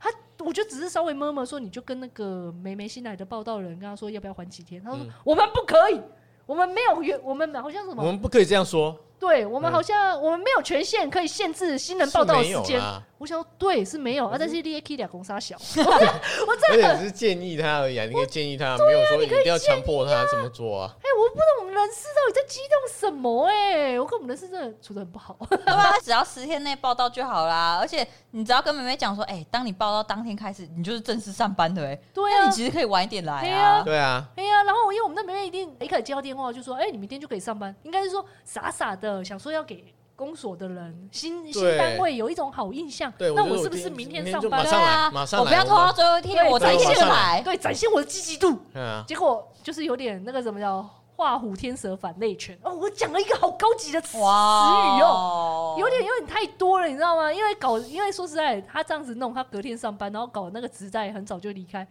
S4: 他我就只是稍微摸摸说，你就跟那个梅梅新来的报道人跟他说要不要缓几天，他说、
S1: 嗯
S4: 我们不可以，我们没有原我们好像什
S1: 我
S4: 么，
S1: 们不可以这样说，
S4: 对我们
S1: 嗯
S4: 好像、我们没有权限可以限制新人报
S1: 是
S4: 道的
S1: 没
S4: 时
S1: 有
S4: 间。
S1: 啦，
S4: 我想说对是没有啊，但是列 K 俩公杀小，哎我
S1: 而且只是建议他而已啊，你可以建议他，没有说一定要强迫他怎么做啊。
S4: 哎、我不懂我们人事到底在激动什么、哎，我跟我们人事真的处的很不好。
S3: 对吧？只要十天内报到就好啦。而且你只要跟妹妹讲说，哎、当你报到当天开始，你就是正式上班的、哎、
S4: 对
S3: 那
S4: 啊
S3: 你，其实可以晚一点来
S4: 对
S3: 啊
S4: 啊。
S1: 对啊，
S4: 哎呀、然后因为我们那边一定一开始接到电话就说，哎、你明天就可以上班，应该是说傻傻的想说要给公所的人新新
S1: 对
S4: 单位有一种好印象，
S1: 对，
S4: 那
S1: 觉得
S4: 我是不
S1: 今
S4: 是明天
S1: 明
S4: 上
S1: 就
S4: 班
S1: 马？
S3: 对
S1: 上
S3: 啊
S1: 来，马上来，
S3: 我不要拖到最后一天，
S4: 对
S3: 我
S4: 对
S3: 在
S4: 马
S3: 现
S4: 上
S3: 来。
S4: 对，展现我的积极度。
S1: 嗯啊，
S4: 结果就是有点那个什么叫画虎添蛇反类犬哦，我讲了一个好高级的词词语哦。
S3: 哦
S4: 有点有点太多了，你知道吗？因为搞，因为说实在，他这样子弄，他隔天上班，然后搞那个职代很早就离开，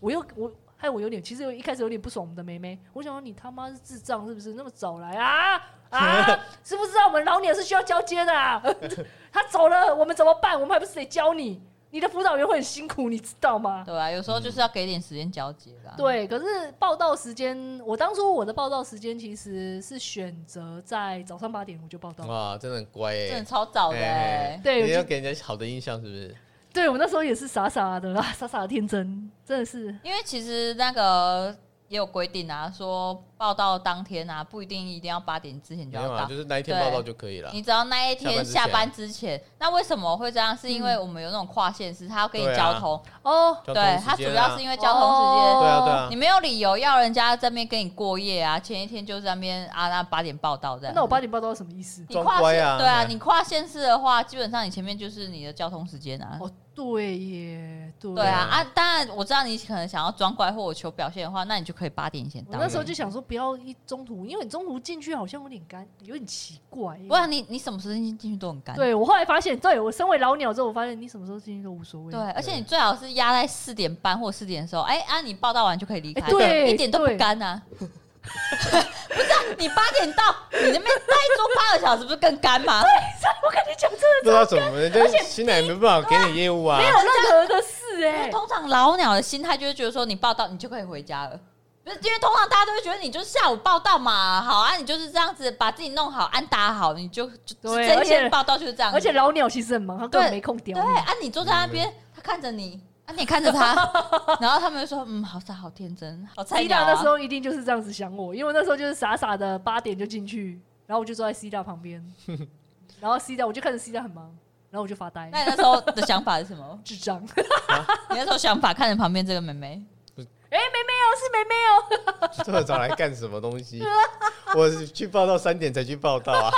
S4: 我又我害我有点，其实我一开始有点不爽我们的妹妹，我想说你他妈是智障是不是？那么早来啊啊， 知不知道我们老鸟是需要交接的、啊？ 他走了，我们怎么办？我们还不是得教你？你的辅导员会很辛苦，你知道吗？
S3: 对啊，有时候就是要给点时间交接啦。
S4: 对，可是报道时间，我当初我的报道时间其实是选择在早上八点我就报道了，
S1: 哇，真的很乖哎，
S3: 真的超早的、
S1: 哎
S3: 哎
S4: 对我
S1: 你
S4: 就
S1: 要给人家好的印象是不是？
S4: 对我那时候也是傻傻的啊， 傻傻的天真，真的是。
S3: 因为其实那个也有规定啊，说报到当天啊，不一定一定要八点之前
S1: 没
S3: 就
S1: 有
S3: 要到
S1: 啊，就。是啊那一天
S3: 对
S1: 报道就可以了。
S3: 你只要那一天下
S1: 下
S3: 班
S1: 班
S3: 之前，那为什么会这样？是因为我们有那种跨县市，他要跟你交通，
S4: 哦，
S1: 交通
S3: 对
S1: 时
S3: 他主
S1: 间
S3: 要
S1: 啊
S3: 是因为交通时间，
S4: 哦
S1: 对啊对啊
S3: 你没有理由要人家在那边跟你过夜啊，前一天就在那边啊，那八点报到这样。
S4: 那我八点报道什么意思？
S3: 你
S1: 装
S3: 跨
S1: 乖
S3: 县
S1: 啊
S3: 对啊，
S1: 哎
S3: 你跨县市的话，基本上你前面就是你的交通时间啊。
S4: 哦，对耶，对
S3: 对啊
S1: 啊
S3: 啊，当然我知道你可能想要装乖或者求表现的话，那你就可以八点以前
S4: 我
S3: 到
S4: 那。时候就想说，不要一中途，因为你中途进去好像有点干，有点奇怪耶。
S3: 不然你你什么时间进去都很干。
S4: 对我后来发现，对我身为老鸟之后，我发现你什么时候进去都无所谓。
S3: 对，而且你最好是压在四点半或四点的时候，哎、啊，你报道完就可以离开，
S4: 哎对
S3: 一点都不
S4: 对
S3: 干啊。 不是啊、你八点到，你那边待桌八个小时，不是更干 吗？
S4: 我跟你讲，真的
S1: 不知道怎么，人家新来没办法给你业务啊
S4: 没。有任何的事
S3: 因为
S4: 哎。
S3: 通常老鸟的心态就是觉得说，你报道你就可以回家了。不是，因为通常大家都会觉得你就是下午报道嘛，好啊，你就是这样子把自己弄好，安打好，你就就
S4: 对
S3: 这一
S4: 而且
S3: 天报道就是这样子。
S4: 而且老鸟其实很忙，他根本
S3: 对
S4: 没空屌
S3: 对
S4: 你。
S3: 啊，你坐在那边，他看着你，啊，你也看着他， 然后他们就说，嗯，好傻，好天真， 好菜
S4: C
S3: 鸟、
S4: 大
S3: 啊。
S4: 那时候一定就是这样子想我，因为我那时候就是傻傻的八点就进去，然后我就坐在 C 大旁 边，然后 C 大我就看着 C 大很忙，然后我就发呆，
S3: 那你那时候的想法是 什么？
S4: 智障。
S3: 你那时候想法看着旁边这个妹妹，
S4: 哎、妹妹哦，是妹妹哦。
S1: 这么早来干什么东西？我去报道三点才去报道啊，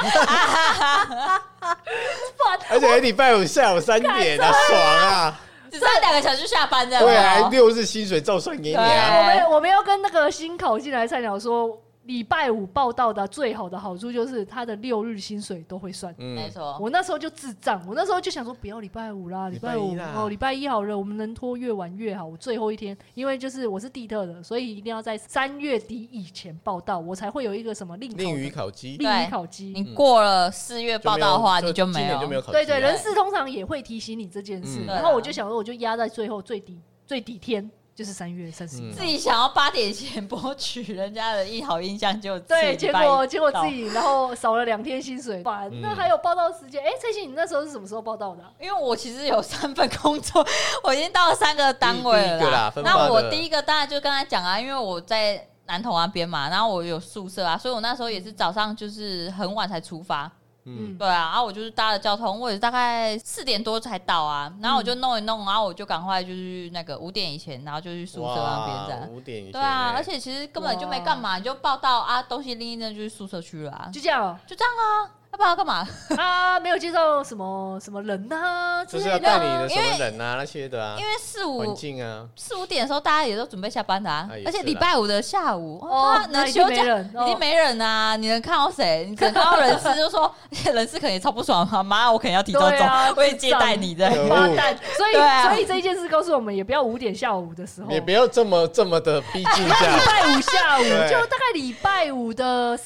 S1: 而且还礼拜五下午三点啊，爽啊！
S3: 只剩下两个小时就下班这样。
S1: 对啊，六日薪水照算给你啊。
S3: 哎
S4: 我们我们要跟那个新考进来菜鸟说，礼拜五报道的最好的好处就是他的六日薪水都会算。
S3: 没
S1: 嗯，
S3: 错，
S4: 我那时候就智障，我那时候就想说不要礼拜五啦，礼
S1: 礼
S4: 拜
S1: 拜
S4: 五
S1: 一啦
S4: 哦，礼拜一好了，我们能拖越晚越好。我最后一天，因为就是我是地特的，所以一定要在三月底以前报到，我才会有一个什么令考
S1: 令鱼
S4: 的
S1: 烤鸡
S4: 令
S3: 对
S4: 鱼考鸡。
S3: 你过了四月报道的话，你
S1: 就
S3: 没
S1: 今
S3: 有
S1: 年就没有烤鸡
S4: 对
S1: 了。
S4: 对，
S3: 对
S4: 人事通常也会提醒你这件事，
S1: 嗯
S4: 然后我就想说，我就压在最后最底最底天，就是三月三十一
S1: 嗯。
S3: 自己想要八点前博取人家的一好印象，就
S4: 对，结果结果自，己然后少了两天薪水，烦。那
S1: 嗯
S4: 还有报道时间，哎，蔡欣，你那时候是什么时候报道的啊？
S3: 因为我其实有三份工作，我已经到了三个单位
S1: 第一
S3: 了
S1: 个啦分发的
S3: 那我第一个当然就刚才讲啊，因为我在南投那啊边嘛，然后我有宿舍啊，所以我那时候也是早上就是很晚才出发。
S1: 嗯，
S3: 对啊，然后我就是搭了交通，我也是大概四点多才到啊，然后我就
S4: 嗯
S3: 弄一弄，然后我就赶快就是那个五点以前，然后就去宿舍那边这
S1: 哇
S3: 样。
S1: 五点以前
S3: 对啊，
S1: 欸
S3: 而且其实根本就没干嘛，你就报到啊，东西拎一扔就去宿舍去了啊，
S4: 就这样哦
S3: 就这样啊，要不然要干嘛？
S4: 啊，没有介绍什么什么人呐之
S1: 就是
S4: 类
S1: 要
S4: 的
S1: 带
S4: 啊。
S1: 你的什么人啊那些的啊
S3: 因，为四
S1: 环
S3: 五
S1: 境啊，
S3: 四五点的时候，大家也都准备下班的啊
S1: 啊，也是
S3: 而
S1: 啦
S3: 且礼拜五的下午，
S4: 哦
S3: 哇，，
S4: 那
S3: 能
S4: 已
S3: 休
S4: 经没
S3: 假。
S4: 人，
S3: 已经
S4: 哦
S3: 没人啊！你能看到谁？你只能看到人事，就说 哎人事可能也超不爽啊！妈，我可能要提早
S4: 对
S3: 走
S4: 啊，
S3: 我也接待你的。
S1: 可
S4: 发
S1: 恶，
S4: 蛋。所以
S3: 对啊
S4: 所以这一件事告诉我们，也不要五点下午的时候，
S1: 也
S4: 礼
S1: 不要这么这么的逼近一下，
S4: 拜五下 午，
S1: 对
S4: 就大概礼拜五的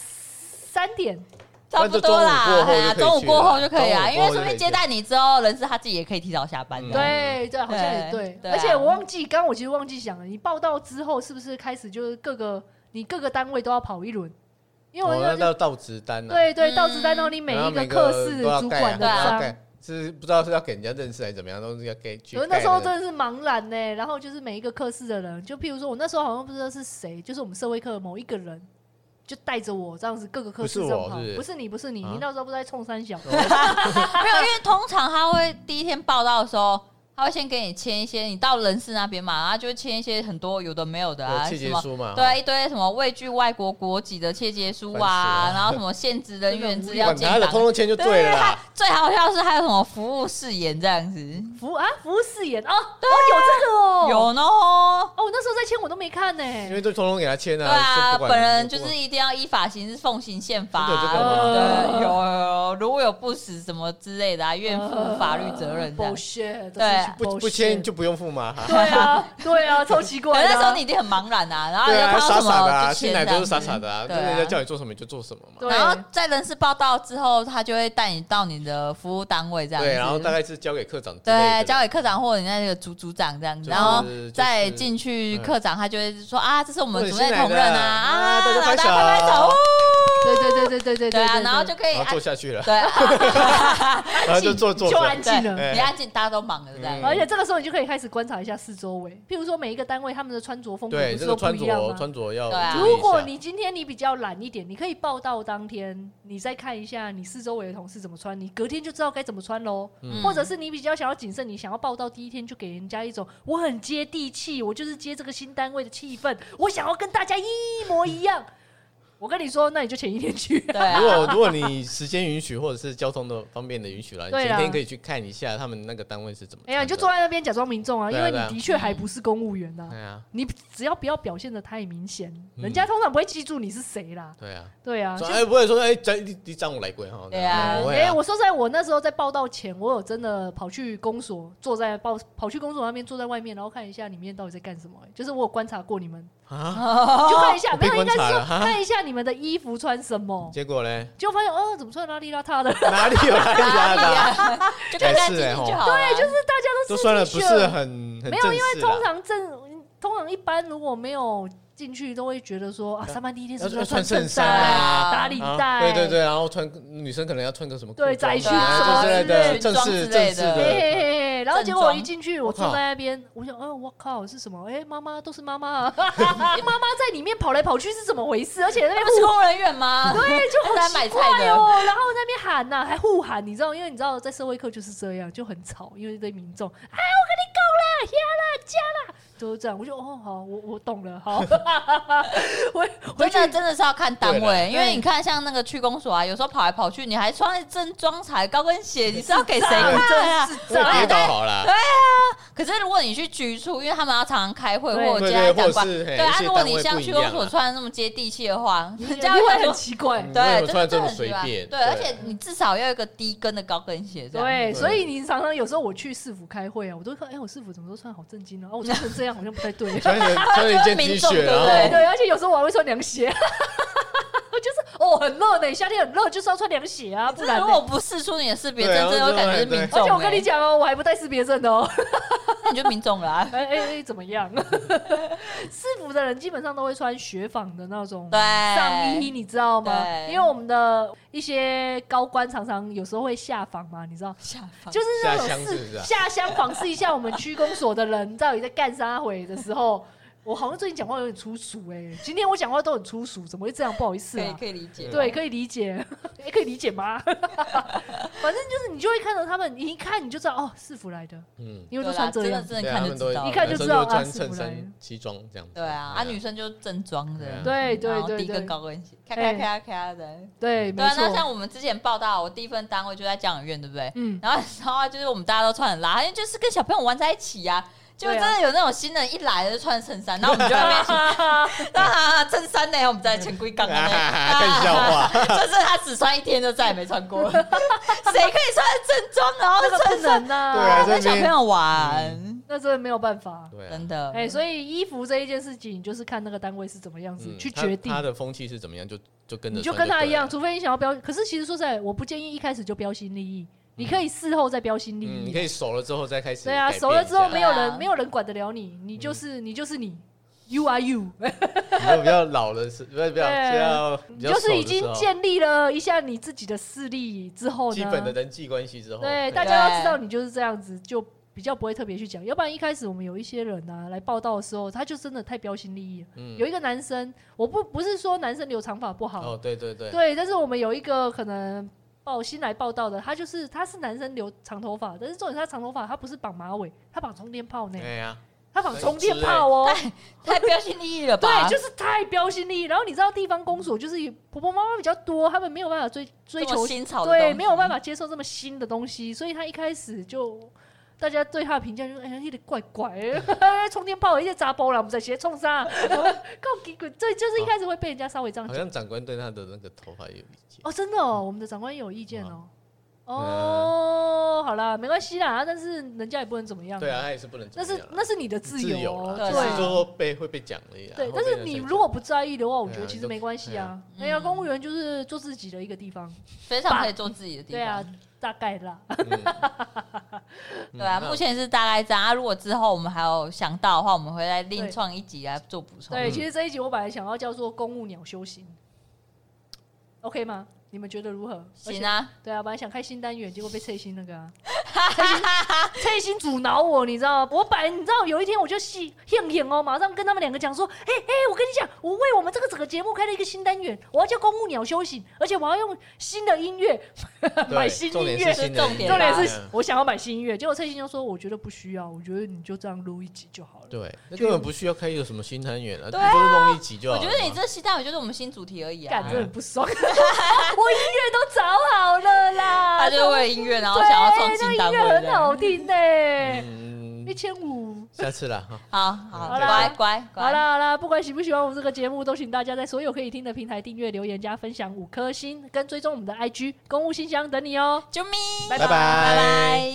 S4: 三点。
S3: 差不多啦，哎呀，
S1: 那就
S3: 中
S1: 中
S3: 午
S1: 午
S3: 过
S1: 过
S3: 后
S1: 后
S3: 就
S1: 就
S3: 可
S1: 可
S3: 以
S1: 以
S3: 啦，
S1: 啦
S3: 因为顺便接待你之后，人事他自己也可以提早下班
S1: 嗯
S3: 的。
S4: 对啊对，好像也对
S3: 对。对啊
S4: 而且我忘记，刚刚我其实忘记讲了，你报道之后是不是开始就是各个你各个单位都要跑一轮？ 因为我
S1: 哦，那
S4: 就
S1: 要到职单啊，
S4: 对对，
S3: 嗯
S4: 到职单，然后你每
S1: 然后
S4: 一个
S1: 每个
S4: 科室
S1: 都要
S4: 主
S1: 盖
S4: 管
S1: 啊
S4: 的
S1: 都要
S4: 章。
S1: 盖，是不知道是要给人家认识还是怎么样，都是要给去
S4: 我
S1: 盖
S4: 那时候
S1: 个
S4: 真的是茫然呢、然后就是每一个科室的人，就譬如说我那时候好像不知道是谁，就是我们社会课某一个人，就带着我这样子各个科室
S1: 不
S4: 这
S1: 是我
S4: 样跑。
S1: 是不是
S4: 不是你，不是你，
S1: 啊嗯
S4: 你那时候不是在冲三小？
S3: 没有，因为通常他会第一天报道的时候，他会先给你签一些，你到人事那边嘛，然后就会签一些很多有的没有的啊，
S1: 有切
S3: 什
S1: 结
S3: 么。
S1: 书嘛，哦
S3: 对啊，一堆什么畏惧外国国籍的切结书啊，
S1: 烦死了
S3: 然后什么限制人员资料
S1: 管
S3: 建
S1: 他的，通
S3: 档。
S1: 通签就对了
S3: 他
S1: 啦。
S3: 最好笑的是还有什么服务誓言这样子，
S4: 服务啊，服务誓言哦，哦有这个哦，
S3: 有呢哦。
S4: 哦，我那时候在签我都没看呢、
S1: 因为就通通给他签
S3: 对
S1: 了、
S3: 啊，
S1: 就不管
S3: 本人就是一定要依法行事，奉行宪法、
S1: 真的
S3: 啊。
S1: 这个
S4: 吗
S3: 对，有有有，如果有不实什么之类的啊，愿负法律责任这样。
S4: bullshit，
S3: 对
S4: 这是
S1: 不
S4: bullshit
S1: 啊不签就不用付嘛。哈
S4: 对啊，对啊，超奇
S3: 可
S4: 怪
S3: 是
S4: 的啊。
S3: 那时候你一定很茫然啊，然后你
S1: 对
S3: 就
S1: 啊，
S3: 看到
S1: 傻
S3: 什
S1: 傻的
S3: 么
S1: 啊，
S3: 就签
S1: 新
S3: 这
S1: 来
S3: 样子
S1: 都是傻傻的啊，
S3: 对
S1: 就
S3: 啊
S1: 人家叫你做什么你就做什么嘛。
S4: 对
S3: 然后在人事报到之后，他就会带你到你的服务单位这样子。
S1: 对，然后大概是交给科长之类的
S3: 对，交给科长或者你那个组组长这样子，
S1: 就是
S3: 然后
S1: 就是
S3: 再进去科长，他就会说啊，这是我们组内同
S1: 新
S3: 仁
S1: 来的
S3: 啊，啊，
S1: 啊大家
S3: 然后
S1: 拍手哦
S3: 拍手，呜
S4: 对对对对对对
S3: 对啊，然后就可以
S1: 然后
S3: 按
S1: 做下去了，
S3: 对，啊
S1: 然后就做做
S4: 就
S1: 做。
S4: 安静了。
S1: 哎
S3: 你按进大家都忙了这样
S1: 嗯。
S4: 而且这个时候你就可以开始观察一下四周围，譬如说每一个单位他们的穿着风格
S1: 对，
S4: 不
S1: 这
S4: 是
S1: 个
S4: 都不
S1: 穿
S4: 一样
S1: 着
S4: 吗？
S1: 穿着要
S3: 对啊
S1: 注意一下
S4: 如果你今天你比较懒一点，你可以报到当天，你再看一下你四周围的同事怎么穿，你隔天就知道该怎么穿喽。
S3: 嗯
S4: 或者是你比较想要谨慎，你想要报到第一天就给人家一种我很接地气，我就是接这个新单位的气氛，我想要跟大家一模一样。我跟你说，那你就前一天去。
S3: 对啊
S1: 嗯如，果如果你时间允许，或者是交通的方便的允许啦，你
S4: 对啦
S1: 今天可以去看一下他们那个单位是怎么。
S4: 哎呀，你就坐。在那边假装民众啊，
S1: 对
S4: 因
S1: 啊
S4: 为你
S1: 对啊
S4: 的确还不是公务员呐、
S1: 对啊，
S4: 你只要不要表现的太明显，
S1: 嗯
S4: 人家通常不会记住你是谁啦。
S1: 对啊。
S4: 对啊，
S1: 说
S4: 就
S1: 哎，不会说哎，这你你张我来过哈。
S3: 对啊
S1: 不会
S4: 哎、
S1: 啊。
S4: 我说实在，我那时候在报道前，我有真的跑去公所，坐在报跑去公所那边，坐在外面，然后看一下里面到底在干什么、哎就是我有观察过你们，
S1: 啊，
S4: 就看一下，
S1: 我
S4: 没
S1: 被
S4: 有，应
S1: 观
S4: 该
S1: 察
S4: 是
S1: 了啊
S4: 说
S1: 哈。
S4: 看一下你们的衣服穿什么，
S1: 结果嘞，
S4: 就发现哦，怎么穿邋里邋遢的，
S1: 哪里有哪里
S3: 哪里
S1: 啦？
S3: 啊？就看大家进去
S1: 哦
S3: 就好了。啊对，就是
S1: 都
S4: 是
S1: 算了，不
S4: T 恤
S1: 是很很
S4: 没
S1: 正
S4: 有，因为
S1: 式啊
S4: 通
S1: 啦。
S4: 常正通常一般如果没有进去，都会觉得说啊，上班第一天是不是
S1: 要
S4: 穿
S1: 穿
S4: 衬
S1: 衬
S4: 衫
S1: 衫
S3: 啊
S4: 打领带、
S1: 啊对对对，然后穿女生可能要穿个什么裤
S4: 对
S1: 装
S4: 窄
S1: 啊
S4: 裙
S1: 之类的
S3: 什
S1: 正
S3: 么之类的
S1: 式正式
S4: 嘿
S1: 的，
S4: 嘿
S3: 对
S4: 嘿嘿，然后结果我一进去，我
S1: 我靠
S4: 坐在那边，我想，嗯，我靠，是什么？哎，妈妈都是妈妈啊， 妈妈在里面跑来跑去是怎么回事？而且那 边
S3: 不是
S4: 互
S3: 公务人员吗？
S4: 对，就
S3: 他
S4: 好
S3: 在买
S4: 奇
S3: 菜
S4: 怪
S3: 的
S4: 哦。然后那边喊呐，还互喊，你知道，因为你知道在社会课就是这样，就很吵，因为一堆民众，啊，我跟你讲啦，呀啦，家啦，都这样。我就哦，好，我我懂了， 好，我回
S3: 真
S4: 去
S3: 的真的是要看单
S1: 对
S3: 位，因为你看像那个去公所啊，有时候跑来跑去，你还穿正装才高跟鞋，你是要给谁看啊？
S4: 是
S1: 我也
S4: 这样
S1: 跌倒好了。
S3: 可是如果你去局处，因为他们要常常开会
S4: 对
S3: 或者
S1: 对
S3: 接待
S1: 对，
S3: 长
S1: 或者
S3: 官，
S1: 是
S3: 对
S1: 对
S3: 啊，如果你像区
S1: 去
S3: 公所穿的那么接地气的话，人家
S4: 你
S3: 会
S4: 会
S3: 想
S4: 很
S3: 说
S4: 奇怪。
S1: 为什
S3: 对，
S1: 么
S3: 真
S1: 突然
S3: 的
S1: 这么
S3: 很
S1: 随
S3: 奇怪
S1: 便
S3: 对，
S1: 对
S3: 而且你至少要有一个低跟的高跟鞋，这样
S4: 对，
S1: 对
S4: 所以你常常有时候我去市府开会啊，我都看，哎、我市府怎么都穿好正经啊，哦，我穿成这样好像不太对。
S1: 穿 哦着穿着一件 T
S3: 民众
S1: 恤，
S3: 对不
S1: 然
S4: 对
S1: 后
S4: 对，而且有时候我还会穿凉鞋， 就是哦很热呢，夏天很热，就是要穿凉鞋啊，不
S3: 这
S4: 然
S3: 如
S4: 呢
S3: 果不试出你哎的识哦别
S1: 对
S3: 证，
S1: 啊
S3: 真的会感觉是
S1: 对
S3: 民众、
S4: 而
S3: 欸。
S4: 且我跟你，讲哦，我还不带识别证的哦，。
S3: 那你就民众了、啊
S4: 哎哎哎，怎么样？ 市服的人基本上都会穿雪纺的那种
S3: 对，
S4: 上衣，你知道吗？
S3: 对
S4: 因为我们的一些高官常常有时候会下访嘛，你知道，
S3: 下方
S4: 就是那种
S1: 下乡
S4: 试
S1: 是不是啊
S4: 下乡访视一下我们区公所的人到底在干啥回的时候。我好像最近讲话有点粗俗哎、今天我讲话都很粗俗，怎么会这样？不好意思
S3: 可以
S4: 啊，
S3: 可以理解，
S4: 对，可以理解，也可以理解吗？ 反正就是你就会看到他们，你一看你就知道哦，市服来的，
S1: 嗯，
S4: 因
S3: 对
S4: 为
S3: 啦，
S4: 都穿这
S3: 真
S4: 样
S3: 的。真
S1: 对
S3: 的
S1: 啊，
S3: 看
S1: 他
S3: 就
S1: 们都会
S4: 一看就知
S3: 知道，
S4: 道
S1: 男生会
S4: 啊
S1: 穿
S4: 是不
S1: 衬
S4: 来
S1: 衫西装这样子，
S3: 对啊，啊，女生就正装
S1: 对
S3: 的
S1: 啊，
S4: 对对
S3: 然后
S4: 对
S3: 低跟
S4: 对
S3: 高跟鞋，咔咔咔咔的。
S4: 对，
S3: 对
S4: 没
S3: 啊，那像
S4: 错，
S3: 我们之前报道，我第一份单位就在教养院，对不对？
S4: 嗯，
S3: 然后然后啊就是我们大家都穿很拉，因为就是跟小朋友玩在一起呀、啊。就
S4: 对啊
S3: 真的有那种新人一来就穿衬 衫，然后我们就在那边一起那啊衬衫呢，我们在前规杠呢，
S1: 啊 看笑话，
S3: 就是他只穿一天就再也没穿过了，谁可以穿正装然后
S4: 这个不
S3: 衬衫
S4: 能呐、
S1: 对啊这
S3: 跟
S1: 边
S3: 小朋友玩？
S4: 那真的没有办法。
S1: 对啊，
S3: 真的，
S4: 哎、所以衣服这一件事情，你就是看那个单位是怎么样子、
S1: 嗯
S4: 去
S1: 他
S4: 决定
S1: 他，的风气是怎么样，就就跟着
S4: 你就
S1: 穿
S4: 跟他
S1: 对
S4: 一样，
S1: 了，
S4: 除非你想要标。可是其实说实在，我不建议一开始就标新立异，你可以事后再标新立
S1: 嗯，
S4: 异。
S1: 你可以熟了之后再开始
S4: 对
S1: 改变一
S4: 啊，
S1: 下，嗯
S4: 熟了之后没有
S3: 对
S4: 人
S3: 啊
S4: 没有人管得了你，你就是你就是你，You are you。
S1: 你就比较老了是，不是比较
S4: 对
S1: 比较比
S4: 你
S1: 较
S4: 就是
S1: 熟
S4: 已
S1: 的
S4: 经
S1: 时候
S4: 建立了一下你自己的势力之后呢，
S1: 基本的人际关系之后，
S4: 对大家要知道你就是这样子，就比较不会特别去讲。要不然一开始我们有一些人啊来报道的时候，他就真的太标新立异了。
S1: 嗯
S4: 有一个男生，我不不是说男生留长发不好，
S1: 哦，对对对，
S4: 对，但是我们有一个可能报新来报道的，他就是他是男生留长头发，但是重点是他长头发他不是绑马尾，他绑充电炮呢，
S1: 哎呀，
S4: 他绑充电炮哦、
S3: 太标新立异了吧？
S4: 对，就是太标新立异。然后你知道地方公所就是婆婆妈妈比较多，他们没有办法追追
S3: 这么
S4: 求
S3: 新潮的东
S4: 对，
S3: 西
S4: 没有办法接受这么新的东西，所以他一开始就大家对他的评价就是哎呀，有点怪怪，哎 充电炮，一些杂包啦，我们在写冲 杀，够给滚，这就是一开始会被人家稍微这样
S1: 好
S4: 讲。
S1: 像长官对他的那个头发也有意见，
S4: 哦，真的哦，我们的长官也有意见哦。
S1: 嗯
S4: 哦，好啦，没关系啦，但是人家也不能怎么样。
S1: 呃对啊，，他也是不能怎
S4: 那
S1: 么样
S4: 是
S1: 啊，
S4: 那是你的自
S1: 自
S4: 由
S1: 由
S4: 哦，
S1: 啦
S3: 对
S1: 只是
S3: 啊
S1: 说被会被讲而已啦。啊
S4: 对，
S1: 会
S4: 但
S1: 被
S4: 是
S1: 人
S4: 你
S1: 家
S4: 如果不在意的话，我觉
S1: 对
S4: 得
S1: 啊
S4: 其
S1: 你
S4: 实
S1: 都
S4: 没关系啊。
S3: 对
S4: 哎
S3: 啊
S4: 呀，
S3: 嗯
S4: 公务员就是做自己的一个地方，
S3: 非常可以做自己的地
S4: 对啊
S3: 方。，
S4: 大概啦。
S1: 嗯
S3: 对啊，
S1: 那
S3: 目前是大概这样。啊如果之后我们还有想到的话，我们会再另
S4: 对
S3: 创一集来做补充。
S4: 对，
S1: 嗯
S4: 其实这一集我本来想要叫做“公务鸟修行 ”，OK 吗？你们觉得如何？
S3: 行啊
S4: 而且，，对啊，本来想开新单元，结果被翠心那个啊，翠心 翠心阻挠我，你知道吗？我本来你知道有一天我就戏现眼哦，马上跟他们两个讲说，哎、哎、我跟你讲，我为我们这个整个节目开了一个新单元，我要叫“公务鸟修行”，而且我要用新的音乐，
S1: 对
S4: 买新
S1: 重
S4: 音
S1: 点
S4: 乐
S1: 是。新
S3: 重点
S1: 的
S4: 重点
S3: 吧
S1: 对
S4: 是
S1: 啊
S4: 我想要买新音乐，结果翠心就说：“我觉得不需要，我觉得你就这样录一集就好了。”
S1: 对，啊那根本不需要开一个什么新单元啊，你
S3: 对
S1: 就是弄一集就
S3: 我
S1: 好了
S3: 觉
S1: 嘛。
S3: 得你这期待会就是我们新主题而已
S4: 干，
S3: 啊
S4: 真。的很不爽。 我音乐都找好了啦，
S3: 他就是为了音乐，然后想要创新
S4: 对
S3: 单
S4: 那音
S3: 位
S4: 乐
S3: 这
S4: 很好
S3: 样。
S4: 听呢、一
S1: 嗯，
S4: 千五。
S1: 下次啦哈。
S3: 好好，
S4: 好啦
S3: 乖乖
S4: 好
S3: 乖，
S4: 啦好啦，不管喜不喜欢我们这个节目，都请大家在所有可以听的平台订阅、留言、加分享五颗星，跟追踪我们的 IG 公务信箱等你哦、
S3: 啾咪，
S1: 拜拜
S3: 拜拜。